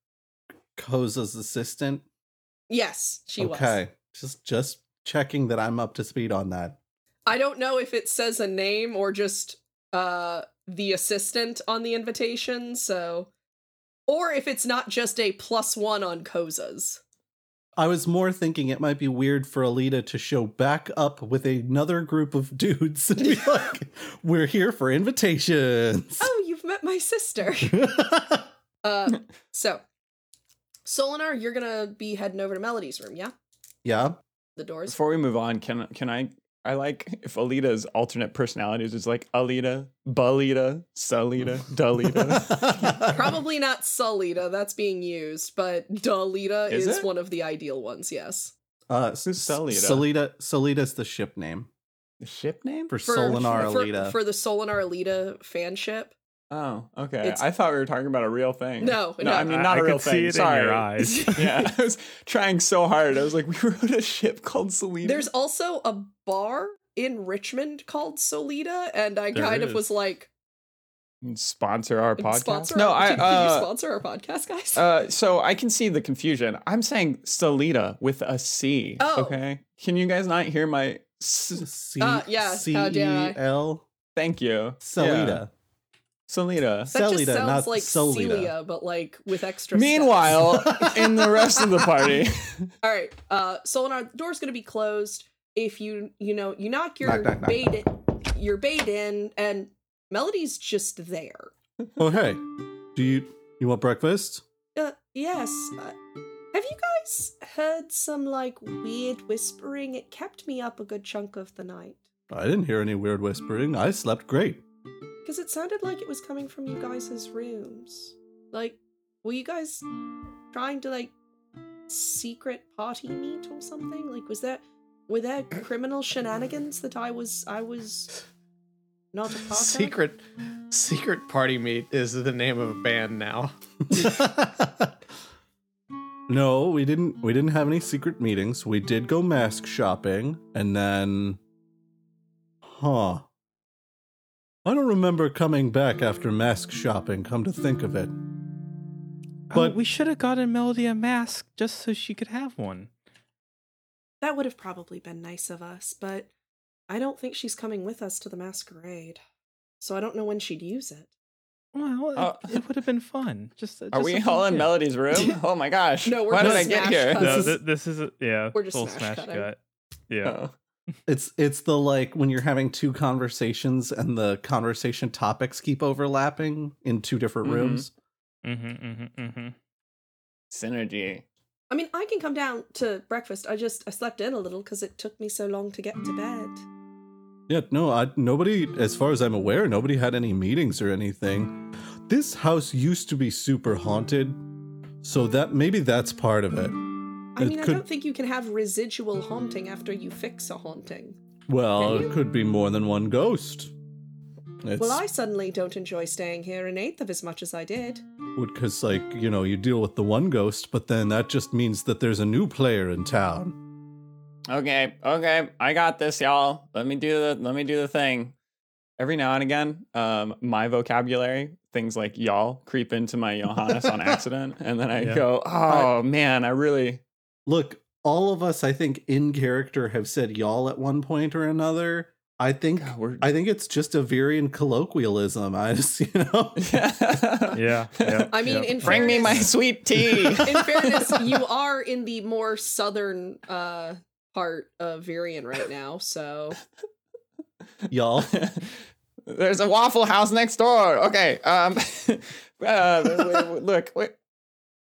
[SPEAKER 7] Koza's assistant.
[SPEAKER 2] Yes, she
[SPEAKER 7] okay.
[SPEAKER 2] was.
[SPEAKER 7] Just just checking that I'm up to speed on that.
[SPEAKER 2] I don't know if it says a name or just uh the assistant on the invitation, so or if it's not just a plus one on Koza's.
[SPEAKER 7] I was more thinking it might be weird for Alita to show back up with another group of dudes and be like, "We're here for invitations."
[SPEAKER 2] Oh, you've met my sister. uh so Solinar, you're gonna be heading over to Melody's room, yeah?
[SPEAKER 7] yeah.
[SPEAKER 2] The doors.
[SPEAKER 1] Before we move on, can can I? I like if Alita's alternate personalities is like Alita, Balita, Salita, Dalita.
[SPEAKER 2] Probably not Solita, that's being used, but Dalita
[SPEAKER 1] Is
[SPEAKER 2] is,
[SPEAKER 1] it?
[SPEAKER 2] one of the ideal ones, yes.
[SPEAKER 7] Uh,
[SPEAKER 1] Who's Solita?
[SPEAKER 7] Solita. Solita's the ship name
[SPEAKER 1] the ship name?
[SPEAKER 7] for, Solinar
[SPEAKER 2] for,
[SPEAKER 7] Alita.
[SPEAKER 2] For the Solinar Alita fanship.
[SPEAKER 1] Oh, okay.
[SPEAKER 2] It's-
[SPEAKER 1] I thought we were talking about a real thing.
[SPEAKER 2] No,
[SPEAKER 1] no,
[SPEAKER 2] no.
[SPEAKER 1] I mean not
[SPEAKER 8] I
[SPEAKER 1] a real
[SPEAKER 8] could see
[SPEAKER 1] thing.
[SPEAKER 8] it in
[SPEAKER 1] Sorry.
[SPEAKER 8] your eyes.
[SPEAKER 1] yeah, I was trying so hard. I was like, we rode a ship called Selena.
[SPEAKER 2] There's also a bar in Richmond called Solita, and I
[SPEAKER 8] There
[SPEAKER 2] kind of
[SPEAKER 8] is.
[SPEAKER 2] was like,
[SPEAKER 1] sponsor our podcast.
[SPEAKER 2] sponsor
[SPEAKER 1] no,
[SPEAKER 2] our-
[SPEAKER 1] I
[SPEAKER 2] can,
[SPEAKER 1] uh,
[SPEAKER 2] you sponsor our podcast, guys?
[SPEAKER 1] Uh, so I can see the confusion. I'm saying Salita with a C.
[SPEAKER 2] Oh.
[SPEAKER 1] Okay. Can you guys not hear my? S-
[SPEAKER 7] C- E
[SPEAKER 2] Uh, yeah, how dare I.
[SPEAKER 7] C-E-L?
[SPEAKER 1] thank you.
[SPEAKER 7] Solita.
[SPEAKER 1] Salita.
[SPEAKER 2] that just
[SPEAKER 7] Selita,
[SPEAKER 2] sounds
[SPEAKER 7] not
[SPEAKER 2] like
[SPEAKER 7] Solita.
[SPEAKER 2] Celia, but like with extra. steps.
[SPEAKER 1] Meanwhile, in the rest of the party,
[SPEAKER 2] all right. Uh, Solinar, the door's gonna be closed. If you you know you knock your
[SPEAKER 7] Knock, knock, knock.
[SPEAKER 2] bait in, your bait in, and Melody's just there.
[SPEAKER 7] Oh hey, do you you want breakfast?
[SPEAKER 2] Uh, yes. Uh, have you guys heard some like weird whispering? It kept me up a good chunk of the night.
[SPEAKER 7] I didn't hear any weird whispering. I slept great.
[SPEAKER 2] Because it sounded like it was coming from you guys' rooms. Like, were you guys trying to, like, secret party meet or something? Like, was there. Were there criminal shenanigans that I was. I was. Not a part of?
[SPEAKER 4] Secret Secret Party Meet is the name of a band now.
[SPEAKER 7] no, we didn't. We didn't have any secret meetings. We did go mask shopping, and then, huh? I don't remember coming back after mask shopping. Come to think of it,
[SPEAKER 8] But
[SPEAKER 7] But-
[SPEAKER 8] Oh, we should have gotten Melody a mask just so she could have one.
[SPEAKER 2] That would have probably been nice of us, but I don't think she's coming with us to the masquerade. So I don't know when she'd use it.
[SPEAKER 8] Well, it,
[SPEAKER 1] Uh,
[SPEAKER 8] it would have been fun. Just uh,
[SPEAKER 1] are
[SPEAKER 8] just
[SPEAKER 1] we
[SPEAKER 8] something
[SPEAKER 1] all in
[SPEAKER 8] new.
[SPEAKER 1] Melody's room? Oh my gosh!
[SPEAKER 2] No, we're
[SPEAKER 1] Why did
[SPEAKER 2] just
[SPEAKER 1] I get
[SPEAKER 2] smash
[SPEAKER 1] here?
[SPEAKER 2] cut.
[SPEAKER 8] No,
[SPEAKER 7] This is-
[SPEAKER 8] th- this is yeah.
[SPEAKER 2] We're just
[SPEAKER 8] full
[SPEAKER 2] smash
[SPEAKER 8] smash,
[SPEAKER 2] cutting. Uh.
[SPEAKER 8] cut. Yeah.
[SPEAKER 1] Oh.
[SPEAKER 7] it's it's the like when you're having two conversations and the conversation topics keep overlapping in two different
[SPEAKER 1] Mhm.
[SPEAKER 7] rooms.
[SPEAKER 8] Mm-hmm, mm-hmm, mm-hmm.
[SPEAKER 1] Synergy.
[SPEAKER 2] I mean, I can come down to breakfast. I just. I slept in a little because it took me so long to get to bed.
[SPEAKER 7] Yeah, no, I, nobody, as far as I'm aware, nobody had any meetings or anything. This house used to be super haunted, so that maybe that's part of it.
[SPEAKER 2] I
[SPEAKER 7] It
[SPEAKER 2] mean, I
[SPEAKER 7] could-
[SPEAKER 2] don't think you can have residual haunting after you fix a haunting.
[SPEAKER 7] Well,
[SPEAKER 2] Can you-
[SPEAKER 7] it could be more than one ghost. It's
[SPEAKER 2] Well, I suddenly don't enjoy staying here an eighth of as much as I did.
[SPEAKER 7] because, like, you know, you deal with the one ghost, but then that just means that there's a new player in town.
[SPEAKER 1] Okay, okay, I got this, y'all. Let me do the let me do the thing. Every now and again, um, my vocabulary, things like y'all, creep into my Johannes on accident, and then I
[SPEAKER 8] Yeah.
[SPEAKER 1] go, "Oh man, I really."
[SPEAKER 7] Look, all of us, I think, in character, have said y'all at one point or another. I think,
[SPEAKER 1] God, we're-
[SPEAKER 7] I think it's just a Virian colloquialism. I just, you know.
[SPEAKER 8] Yeah, yeah.
[SPEAKER 2] I mean, in
[SPEAKER 1] Bring me my
[SPEAKER 2] fairness,
[SPEAKER 1] sweet tea.
[SPEAKER 2] in fairness, you are in the more southern uh, part of Virian right now, so
[SPEAKER 7] y'all.
[SPEAKER 1] There's a Waffle House next door. Okay, um, uh, w- w- look, we,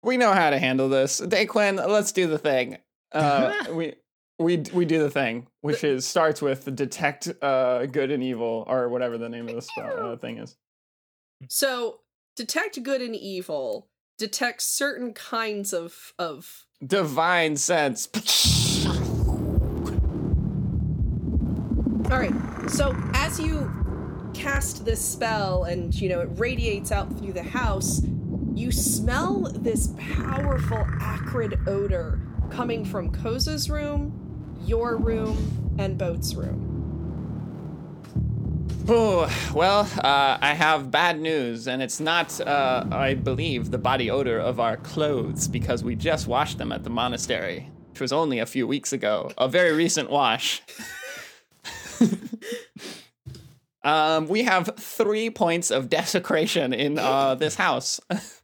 [SPEAKER 1] we know how to handle this. Daquin, let's do the thing. Uh, we. We, we do the thing, which is starts with detect uh, good and evil, or whatever the name of the spell, uh, thing is.
[SPEAKER 2] so detect good and evil detects certain kinds of of
[SPEAKER 1] Divine sense.
[SPEAKER 2] All right. So as you cast this spell and you know it radiates out through the house, you smell this powerful acrid odor coming from Koza's room, your room, and Boat's room.
[SPEAKER 1] Oh, well, uh, I have bad news, and it's not, uh, I believe, the body odor of our clothes because we just washed them at the monastery, which was only a few weeks ago, a very recent wash. um, we have three points of desecration in uh, this house.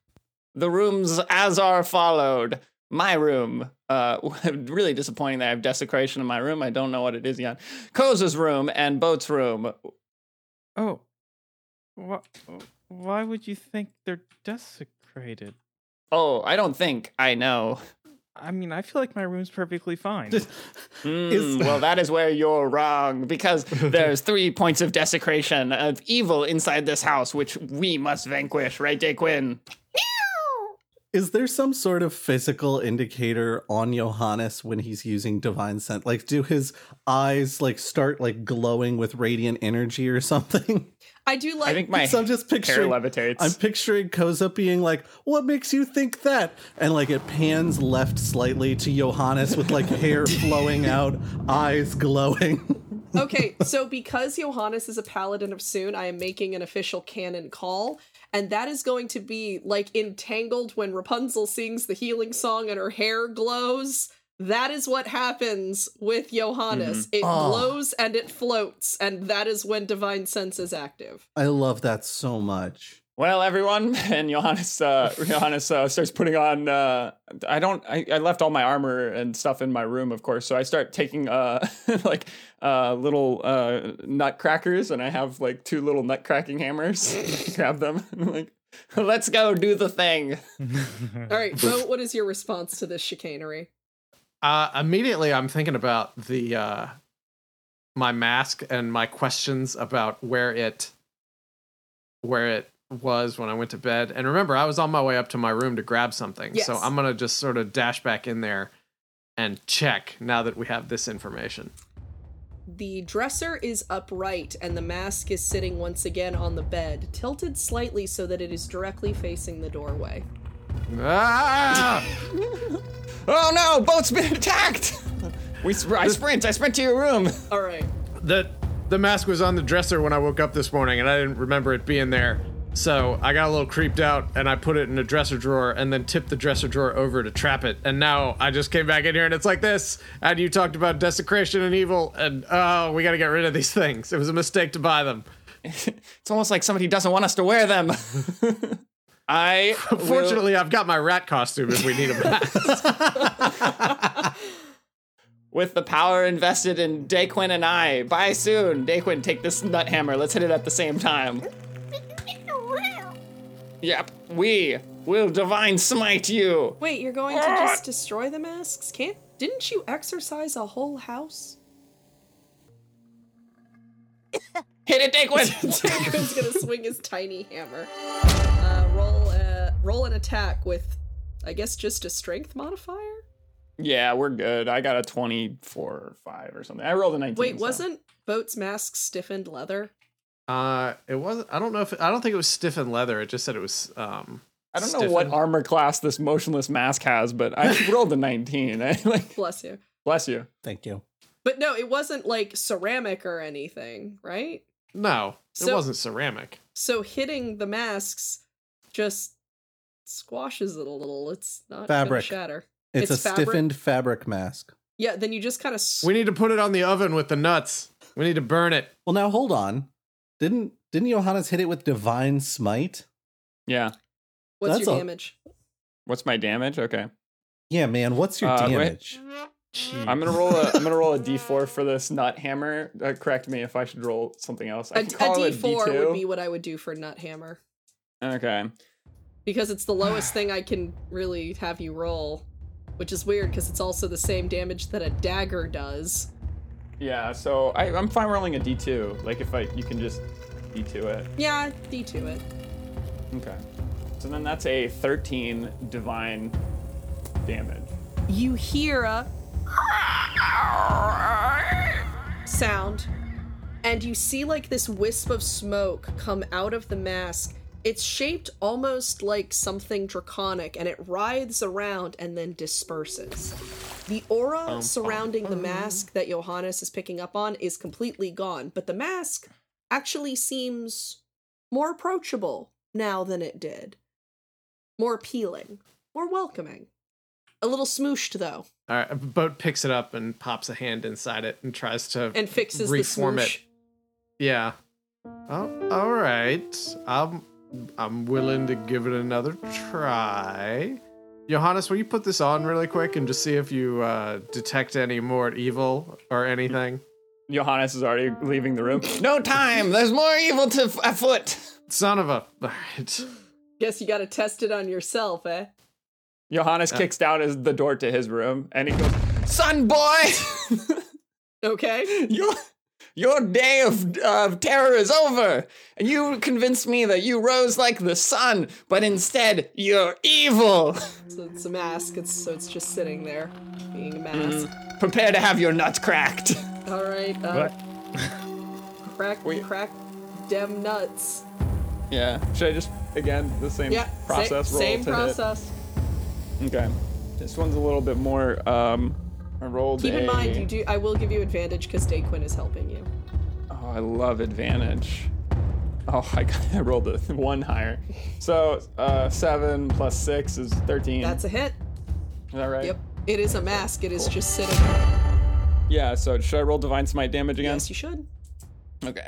[SPEAKER 1] the rooms as are followed. My room. Uh, really disappointing that I have desecration in my room. I don't know what it is yet. Koza's room and Boat's room.
[SPEAKER 8] Oh, wh- why would you think they're desecrated?
[SPEAKER 1] Oh, I don't think I know.
[SPEAKER 8] I mean, I feel like my room's perfectly fine.
[SPEAKER 1] Mm,
[SPEAKER 7] Is-
[SPEAKER 1] well, that is where you're wrong because there's three points of desecration of evil inside this house, which we must vanquish, right, Daquin?
[SPEAKER 7] Is there some sort of physical indicator on Johannes when he's using divine scent? Like, do his eyes like start like glowing with radiant energy or something?
[SPEAKER 2] I do like
[SPEAKER 1] I think my
[SPEAKER 7] so I'm just
[SPEAKER 1] hair
[SPEAKER 7] picturing.
[SPEAKER 1] levitates.
[SPEAKER 7] I'm picturing Koza being like, "What makes you think that?" And like it pans left slightly to Johannes with like hair flowing out, eyes glowing.
[SPEAKER 2] Okay, so because Johannes is a paladin of Soon, I am making an official canon call, and that is going to be like entangled when Rapunzel sings the healing song and her hair glows. That is what happens with Johannes. It
[SPEAKER 7] Ah.
[SPEAKER 2] glows and it floats, and that is when divine sense is active.
[SPEAKER 7] I love that so much.
[SPEAKER 1] Well, everyone, and Johannes, uh, Johannes uh, starts putting on. Uh, I don't. I, I left all my armor and stuff in my room, of course. So I start taking uh, like uh, little uh, nutcrackers, and I have like two little nutcracking hammers. Grab them. And I'm like, let's go do the thing.
[SPEAKER 2] All right, Bo, what is your response to this chicanery?
[SPEAKER 4] Uh, immediately, I'm thinking about the uh, my mask and my questions about where it where it was when I went to bed. And remember, I was on my way up to my room to grab something,
[SPEAKER 2] Yes.
[SPEAKER 4] so I'm gonna just sort of dash back in there and check now that we have this information.
[SPEAKER 2] The dresser is upright and the mask is sitting once again on the bed, tilted slightly so that it is directly facing the doorway.
[SPEAKER 4] Ah!
[SPEAKER 1] Oh no! Boat's been attacked. We spr- I sprint. I sprint to your room.
[SPEAKER 2] All right.
[SPEAKER 4] the the mask was on the dresser when I woke up this morning, and I didn't remember it being there. So I got a little creeped out, and I put it in a dresser drawer, and then tipped the dresser drawer over to trap it. And now I just came back in here, and it's like this. And you talked about desecration and evil, and oh, we got to get rid of these things. It was a mistake to buy them.
[SPEAKER 1] It's almost like somebody doesn't want us to wear them. I will-
[SPEAKER 4] Fortunately, I've got my rat costume if we need a mask.
[SPEAKER 1] with the power invested in Daquin and I. Buy soon. Daquin, take this nut hammer. Let's hit it at the same time. Yep, we will divine smite you.
[SPEAKER 2] Wait, you're going to just destroy the masks? Can't didn't you exercise a whole house?
[SPEAKER 1] Hit it, Daquin.
[SPEAKER 2] He's gonna swing his tiny hammer. Uh, roll a, roll an attack with I guess just a strength modifier?
[SPEAKER 1] yeah, we're good. I got a 24 or 5 or something. I rolled a 19.
[SPEAKER 2] Wait,
[SPEAKER 1] so-
[SPEAKER 2] wasn't Boat's mask stiffened leather?
[SPEAKER 4] Uh, it wasn't. I don't know if I don't think it was stiffened leather. It just said it was. Um,
[SPEAKER 1] I don't know what
[SPEAKER 4] stiffened.
[SPEAKER 1] armor class this motionless mask has, but I rolled a 19. I, like,
[SPEAKER 2] Bless you.
[SPEAKER 1] bless you.
[SPEAKER 7] Thank you.
[SPEAKER 2] But no, it wasn't like ceramic or anything, right?
[SPEAKER 4] No, it
[SPEAKER 2] So-
[SPEAKER 4] wasn't ceramic.
[SPEAKER 2] So hitting the masks just squashes it a little. It's not
[SPEAKER 7] Fabric.
[SPEAKER 2] fabric shatter.
[SPEAKER 7] It's,
[SPEAKER 2] It's
[SPEAKER 7] a
[SPEAKER 2] fabric-
[SPEAKER 7] stiffened fabric mask.
[SPEAKER 2] Yeah, then you just kind of
[SPEAKER 4] We need to put it on the oven with the nuts. We need to burn it.
[SPEAKER 7] Well, now hold on. Didn't didn't Johannes hit it with divine smite?
[SPEAKER 1] Yeah.
[SPEAKER 2] what's
[SPEAKER 7] that's
[SPEAKER 2] your
[SPEAKER 7] a-
[SPEAKER 2] damage?
[SPEAKER 1] What's my damage? Okay.
[SPEAKER 7] Yeah, man. What's your
[SPEAKER 1] Uh, wait.
[SPEAKER 7] damage?
[SPEAKER 1] I'm gonna roll a I'm gonna roll a D4 for this nut hammer. Uh, correct me if I should roll something else.
[SPEAKER 2] A
[SPEAKER 1] I can call
[SPEAKER 2] a
[SPEAKER 1] it a
[SPEAKER 2] D4
[SPEAKER 1] D2.
[SPEAKER 2] would be what I would do for nut hammer
[SPEAKER 1] okay.
[SPEAKER 2] because it's the lowest thing I can really have you roll, which is weird because it's also the same damage that a dagger does.
[SPEAKER 1] Yeah. So I, I'm fine rolling a D2. Like if I you can just D2 it.
[SPEAKER 2] Yeah, D2 it.
[SPEAKER 1] Okay. So then that's a 13 divine damage.
[SPEAKER 2] You hear a sound, and you see like this wisp of smoke come out of the mask. It's shaped almost like something draconic, and it writhes around and then disperses. The aura surrounding the mask that Johannes is picking up on is completely gone, but the mask actually seems more approachable now than it did. More appealing, more welcoming. A little smooshed though,
[SPEAKER 4] All right, boat picks it up and pops a hand inside it and tries to
[SPEAKER 2] and fixes
[SPEAKER 4] reform
[SPEAKER 2] the
[SPEAKER 4] it.
[SPEAKER 2] smoosh.
[SPEAKER 4] Yeah. Oh, all right. I'm I'm willing to give it another try. Johannes, will you put this on really quick and just see if you uh, detect any more evil or anything?
[SPEAKER 1] Johannes is already leaving the room. no time. There's more evil to f- afoot.
[SPEAKER 4] Son of a. All right.
[SPEAKER 2] Guess you gotta test it on yourself, eh? Uh,
[SPEAKER 1] Johannes kicks down his, the door to his room and he goes, "Son boy,
[SPEAKER 2] Okay.
[SPEAKER 1] your your day of of terror is over. And you convinced me that you rose like the sun, but instead you're evil.
[SPEAKER 2] So it's a mask, it's so it's just sitting there being a mask.
[SPEAKER 1] Mm. Prepare to have your nut cracked."
[SPEAKER 2] Alright, uh crack
[SPEAKER 1] Wait.
[SPEAKER 2] crack dem nuts.
[SPEAKER 1] Yeah. Should I just again the same
[SPEAKER 2] Yeah. sa-
[SPEAKER 1] process roll to
[SPEAKER 2] same
[SPEAKER 1] hit?
[SPEAKER 2] process.
[SPEAKER 1] Okay. This one's a little bit more. Um, I rolled.
[SPEAKER 2] Keep
[SPEAKER 1] a-
[SPEAKER 2] in mind you do I will give you advantage because Daquin is helping you.
[SPEAKER 1] Oh, I love advantage. Oh, I, got, I rolled a one higher. So uh, seven plus six is thirteen.
[SPEAKER 2] That's a hit.
[SPEAKER 1] is that right?
[SPEAKER 2] Yep. It is a mask, it is just sitting.
[SPEAKER 1] Yeah. So should I roll divine smite damage again?
[SPEAKER 2] Yes, you should.
[SPEAKER 1] Okay.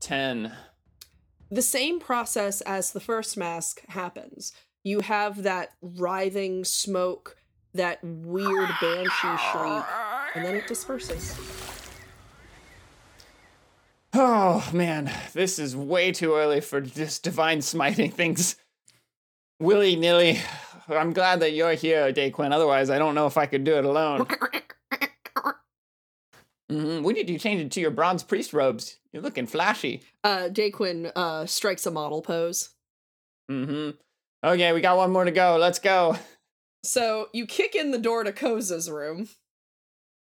[SPEAKER 1] Ten.
[SPEAKER 2] the same process as the first mask happens. You have that writhing smoke, that weird banshee shriek, and then it disperses.
[SPEAKER 1] Oh man, this is way too early for just divine smiting things. Willy nilly. I'm glad that you're here, Daquin. Otherwise, I don't know if I could do it alone. hmm We need to change it to your bronze priest robes. You're looking flashy.
[SPEAKER 2] Uh, Daquin uh, strikes a model pose.
[SPEAKER 1] Mm-hmm. Okay, we got one more to go. Let's go.
[SPEAKER 2] So you kick in the door to Koza's room.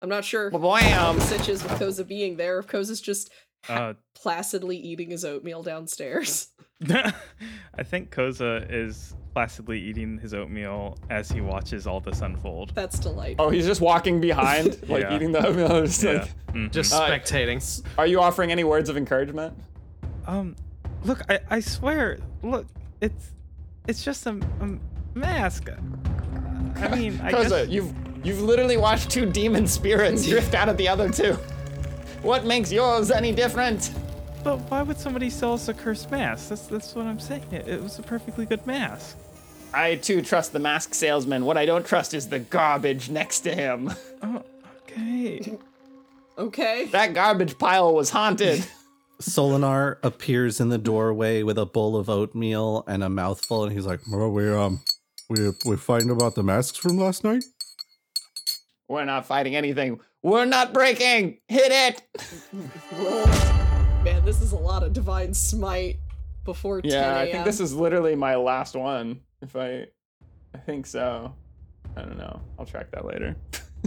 [SPEAKER 2] I'm not sure what
[SPEAKER 1] Wham!
[SPEAKER 2] the sitch is with Koza being there. If Koza's just
[SPEAKER 8] Uh,
[SPEAKER 2] placidly eating his oatmeal downstairs.
[SPEAKER 8] I think Koza is placidly eating his oatmeal as he watches all this unfold.
[SPEAKER 2] That's delightful.
[SPEAKER 1] Oh, he's just walking behind, like
[SPEAKER 8] Yeah.
[SPEAKER 1] eating the oatmeal. Just
[SPEAKER 8] Yeah.
[SPEAKER 1] like,
[SPEAKER 8] Mhm.
[SPEAKER 4] Just
[SPEAKER 1] Uh,
[SPEAKER 4] spectating.
[SPEAKER 1] are you offering any words of encouragement?
[SPEAKER 8] Um, look, I, I swear, look, it's it's just a, a mask. I mean, I
[SPEAKER 1] Koza,
[SPEAKER 8] guess
[SPEAKER 1] you've you've literally watched two demon spirits drift out of the other two. What makes yours any different?
[SPEAKER 8] But why would somebody sell us a cursed mask? That's that's what I'm saying. It, it was a perfectly good mask.
[SPEAKER 1] I too trust the mask salesman. What I don't trust is the garbage next to him.
[SPEAKER 8] Oh, okay.
[SPEAKER 1] Oh.
[SPEAKER 2] Okay.
[SPEAKER 1] That garbage pile was haunted.
[SPEAKER 7] Solinar appears in the doorway with a bowl of oatmeal and a mouthful, and he's like, "Well, we um, we we fighting about the masks from last night."
[SPEAKER 1] We're not fighting anything. We're not breaking. Hit it.
[SPEAKER 2] Man, this is a lot of divine smite before 10
[SPEAKER 1] Yeah,
[SPEAKER 2] a.m.
[SPEAKER 1] I think this is literally my last one. If I, I think so. I don't know. I'll track that later.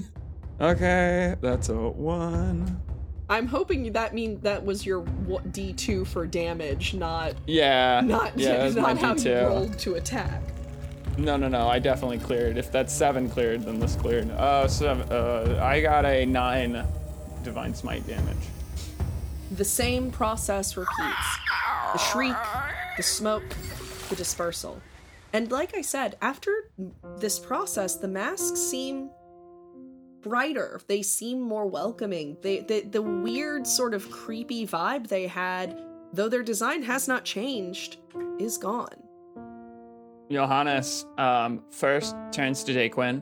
[SPEAKER 1] okay, that's a one.
[SPEAKER 2] I'm hoping that mean that was your D two for damage, not
[SPEAKER 1] Yeah,
[SPEAKER 2] not
[SPEAKER 1] yeah, that's my
[SPEAKER 2] not how you
[SPEAKER 1] D2.
[SPEAKER 2] rolled to attack.
[SPEAKER 1] No, no, no. I definitely cleared. If that's seven cleared, then this cleared. Uh, seven. Uh, I got a nine, divine smite damage.
[SPEAKER 2] The same process repeats: the shriek, the smoke, the dispersal. And like I said, after this process, the masks seem brighter. They seem more welcoming. They, they the weird sort of creepy vibe they had, though their design has not changed, is gone.
[SPEAKER 1] Johannes um, first turns to Daquin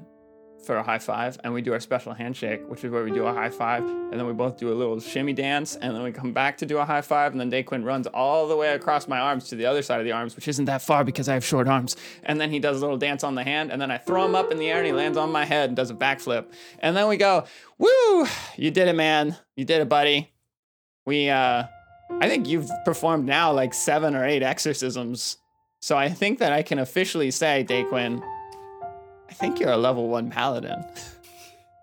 [SPEAKER 1] for a high five, and we do our special handshake, which is where we do a high five, and then we both do a little shimmy dance, and then we come back to do a high five, and then Daquin runs all the way across my arms to the other side of the arms, which isn't that far because I have short arms, and then he does a little dance on the hand, and then I throw him up in the air, and he lands on my head and does a backflip, and then we go, woo, you did it, man, you did it, buddy. We, uh, I think you've performed now like seven or eight exorcisms. So I think that I can officially say, Daquin, I think you're a level one paladin.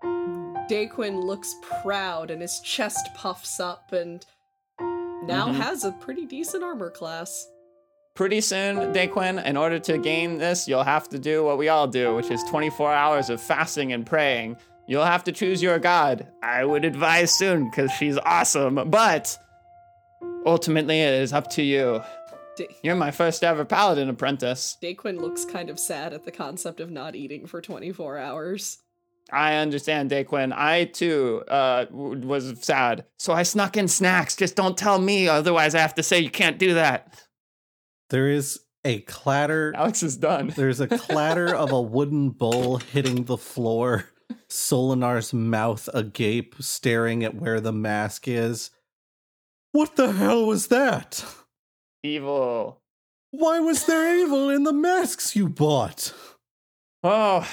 [SPEAKER 2] Daquin looks proud and his chest puffs up and now has a pretty decent armor class.
[SPEAKER 1] Pretty soon, Daquin, in order to gain this, you'll have to do what we all do, which is 24 hours of fasting and praying. You'll have to choose your god. I would advise soon because she's awesome, but Ultimately, it is up to you.
[SPEAKER 2] Da-
[SPEAKER 1] You're my first ever paladin apprentice.
[SPEAKER 2] Daquin looks kind of sad at the concept of not eating for 24 hours.
[SPEAKER 1] I understand, Daquin. I too uh, w- was sad, so I snuck in snacks. Just don't tell me, otherwise I have to say you can't do that.
[SPEAKER 7] There is a clatter.
[SPEAKER 1] Alex is done.
[SPEAKER 7] There's a clatter of a wooden bowl hitting the floor. Solinar's mouth agape, staring at where the mask is. What the hell was that?
[SPEAKER 1] Evil.
[SPEAKER 7] Why was there evil in the masks you bought?
[SPEAKER 1] Oh,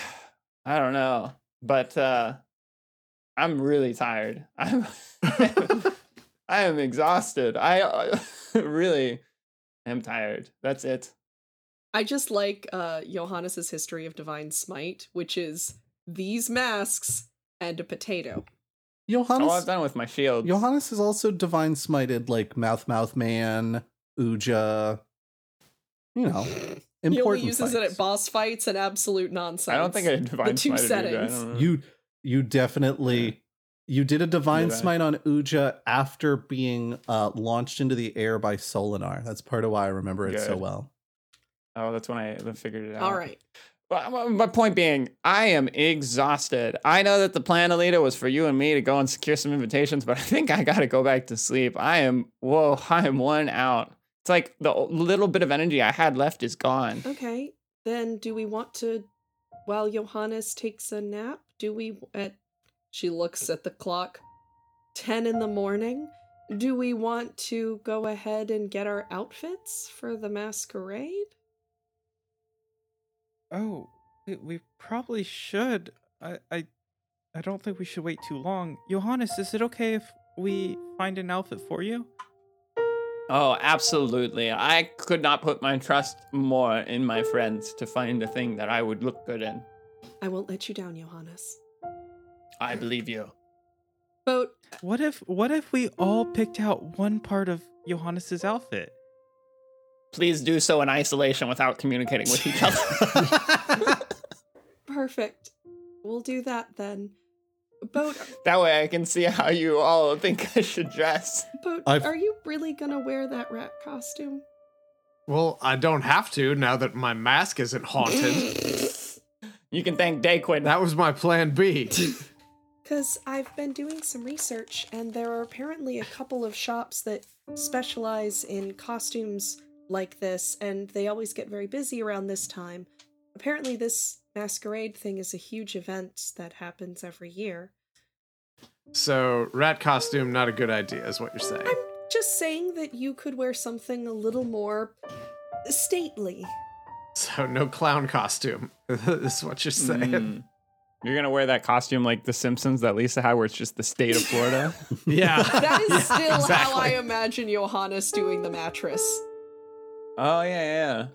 [SPEAKER 1] I don't know, but uh, I'm really tired. I'm, I am exhausted. I uh, really am tired. That's it.
[SPEAKER 2] I just like uh, Johannes's history of divine smite, which is these masks and a potato.
[SPEAKER 1] All I've
[SPEAKER 7] Johannes
[SPEAKER 1] done with my shield.
[SPEAKER 7] Johannes is also divine smited like Mouth Mouth Man, Uja. You know,
[SPEAKER 2] he only
[SPEAKER 7] important
[SPEAKER 2] uses it
[SPEAKER 7] fights.
[SPEAKER 2] at boss fights and absolute nonsense.
[SPEAKER 1] I don't think I divine
[SPEAKER 2] The
[SPEAKER 1] smited
[SPEAKER 2] two
[SPEAKER 1] you, but I
[SPEAKER 2] settings.
[SPEAKER 4] Mm.
[SPEAKER 1] don't know.
[SPEAKER 7] you you definitely you did a divine
[SPEAKER 1] Did I?
[SPEAKER 7] smite on Uja after being uh, launched into the air by Solinar. That's part of why I remember it so
[SPEAKER 1] Good.
[SPEAKER 7] well.
[SPEAKER 1] Oh, that's when I figured it out.
[SPEAKER 2] All right.
[SPEAKER 1] Well, my- my point being, I am exhausted. I know that the plan, Alita, was for you and me to go and secure some invitations, but I think I got to go back to sleep. I am, whoa, I am one out. It's like the o- little bit of energy I had left is gone.
[SPEAKER 2] Okay. Then do we want to while Johannes takes a nap, do we at she looks at the clock 10 in the morning. Do we want to go ahead and get our outfits for the masquerade?
[SPEAKER 8] Oh, we, we probably should. I, I I don't think we should wait too long. Johannes, is it okay if we find an outfit for you?
[SPEAKER 1] Oh, absolutely. I could not put my trust more in my friends to find a thing that I would look good in.
[SPEAKER 2] I won't let you down, Johannes.
[SPEAKER 1] I believe you.
[SPEAKER 2] Boat,
[SPEAKER 8] What if what if we all picked out one part of Johannes's outfit?
[SPEAKER 1] Please do so in isolation without communicating with each other.
[SPEAKER 2] perfect. We'll do that then. Boat,
[SPEAKER 1] that way I can see how you all think I should dress.
[SPEAKER 2] Boat,
[SPEAKER 7] I've-
[SPEAKER 2] are you really gonna wear that rat costume?
[SPEAKER 4] Well, I don't have to now that my mask isn't haunted.
[SPEAKER 1] You can thank Daquin.
[SPEAKER 4] that was my plan B.
[SPEAKER 2] Because I've been doing some research, and there are apparently a couple of shops that specialize in costumes like this, and they always get very busy around this time. Apparently, this masquerade thing is a huge event that happens every year.
[SPEAKER 4] So, rat costume, not a good idea, is what you're saying.
[SPEAKER 2] I'm just saying that you could wear something a little more stately.
[SPEAKER 4] So, no clown costume, is what you're saying.
[SPEAKER 1] Mm. You're gonna wear that costume like The Simpsons that Lisa had, where it's just the state of Florida.
[SPEAKER 4] Yeah.
[SPEAKER 2] That is still how I
[SPEAKER 4] exactly.
[SPEAKER 2] imagine Johannes doing the mattress.
[SPEAKER 1] oh yeah,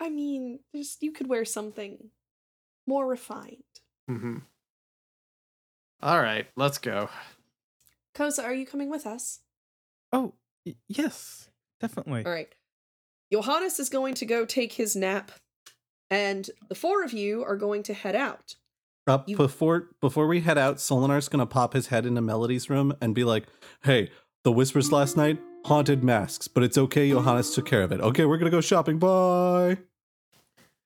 [SPEAKER 2] I mean, just you could wear something more refined.
[SPEAKER 4] Mhm. All right, let's go.
[SPEAKER 2] Koza, are you coming with us?
[SPEAKER 8] Oh, y- yes, definitely.
[SPEAKER 2] All right. Johannes is going to go take his nap, and the four of you are going to head out.
[SPEAKER 7] Rob,
[SPEAKER 2] You-
[SPEAKER 7] before before we head out, Solinar's gonna pop his head into Melody's room and be like, "Hey, the whispers last night haunted masks, but it's okay. Johannes took care of it. Okay, we're gonna go shopping. Bye."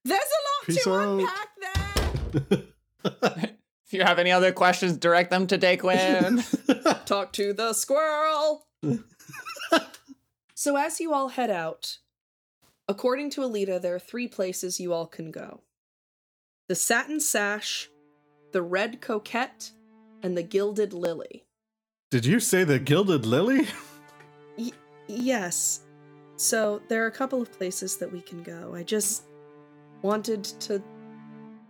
[SPEAKER 2] There's a lot
[SPEAKER 4] Peace
[SPEAKER 2] to
[SPEAKER 4] out.
[SPEAKER 2] unpack there.
[SPEAKER 1] yeah. if you have any other questions, direct them to Daquin.
[SPEAKER 2] Talk to the squirrel. so as you all head out, according to Alita, there are three places you all can go. The satin sash, the red coquette, and the gilded lily.
[SPEAKER 7] Did you say the gilded lily?
[SPEAKER 2] Yes. So there are a couple of places that we can go. I just wanted to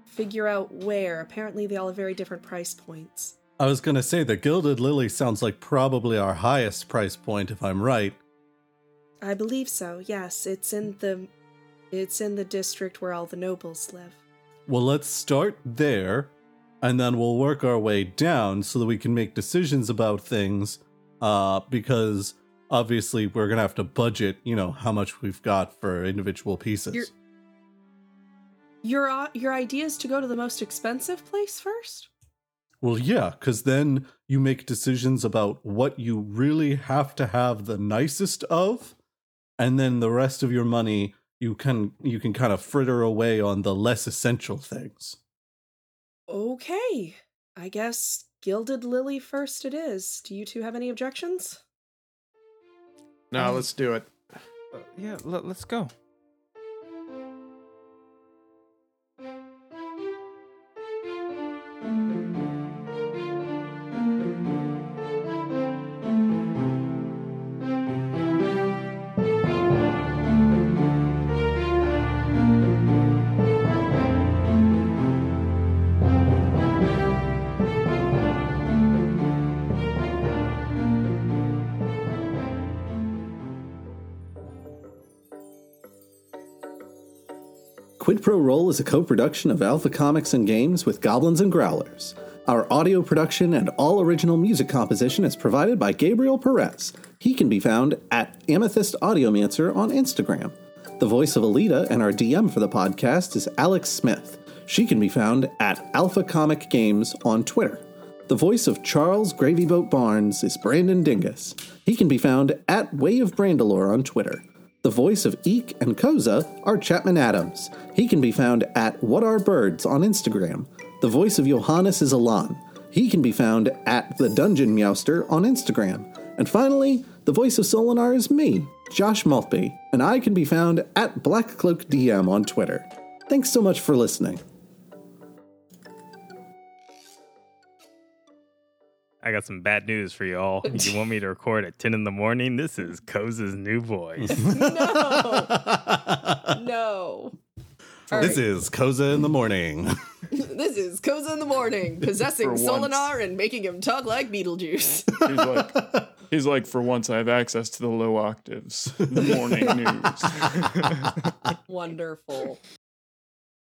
[SPEAKER 2] figure out where. Apparently, they all have very different price points.
[SPEAKER 7] I was gonna say the gilded lily sounds like probably our highest price point, if I'm right.
[SPEAKER 2] I believe so. Yes, it's in the it's in the district where all the nobles live.
[SPEAKER 7] Well, let's start there, and then we'll work our way down so that we can make decisions about things. Uh, because obviously we're gonna have to budget, you know, how much we've got for individual pieces.
[SPEAKER 2] You're- Your uh, your idea is to go to the most expensive place first?
[SPEAKER 7] Well, yeah, because then you make decisions about what you really have to have the nicest of, and then the rest of your money you can you can kind of fritter away on the less essential things.
[SPEAKER 2] Okay. I guess Gilded Lily first it is. Do you two have any objections?
[SPEAKER 4] No, let's do it.
[SPEAKER 8] Uh, yeah, let, let's go.
[SPEAKER 7] Quid Pro Roll is a co production of Alpha Comics and Games with Goblins and Growlers. Our audio production and all original music composition is provided by Gabriel Perez. He can be found at Amethyst Audiomancer on Instagram. The voice of Alita and our DM for the podcast is Alex Smith. She can be found at Alpha Comic Games on Twitter. The voice of Charles Gravyboat Barnes is Brandon Dingus. He can be found at Way of Brandalore on Twitter. The voice of Eek and Koza are Chapman Adams. He can be found at What Are Birds on Instagram. The voice of Johannes is Alan. He can be found at The Dungeon Meowster on Instagram. And finally, the voice of Solinar is me, Josh Maltby, and I can be found at Black Cloak DM on Twitter. Thanks so much for listening.
[SPEAKER 8] I got some bad news for y'all. You want me to record at 10 in the morning? This is Koza's new voice.
[SPEAKER 2] No. no. All
[SPEAKER 7] This
[SPEAKER 2] right.
[SPEAKER 7] is Koza in the morning.
[SPEAKER 2] This is Koza in the morning, possessing
[SPEAKER 4] For once.
[SPEAKER 2] Solinar and making him talk like Beetlejuice.
[SPEAKER 1] He's like, he's like, for once I have access to the low octaves. The morning news.
[SPEAKER 2] Wonderful.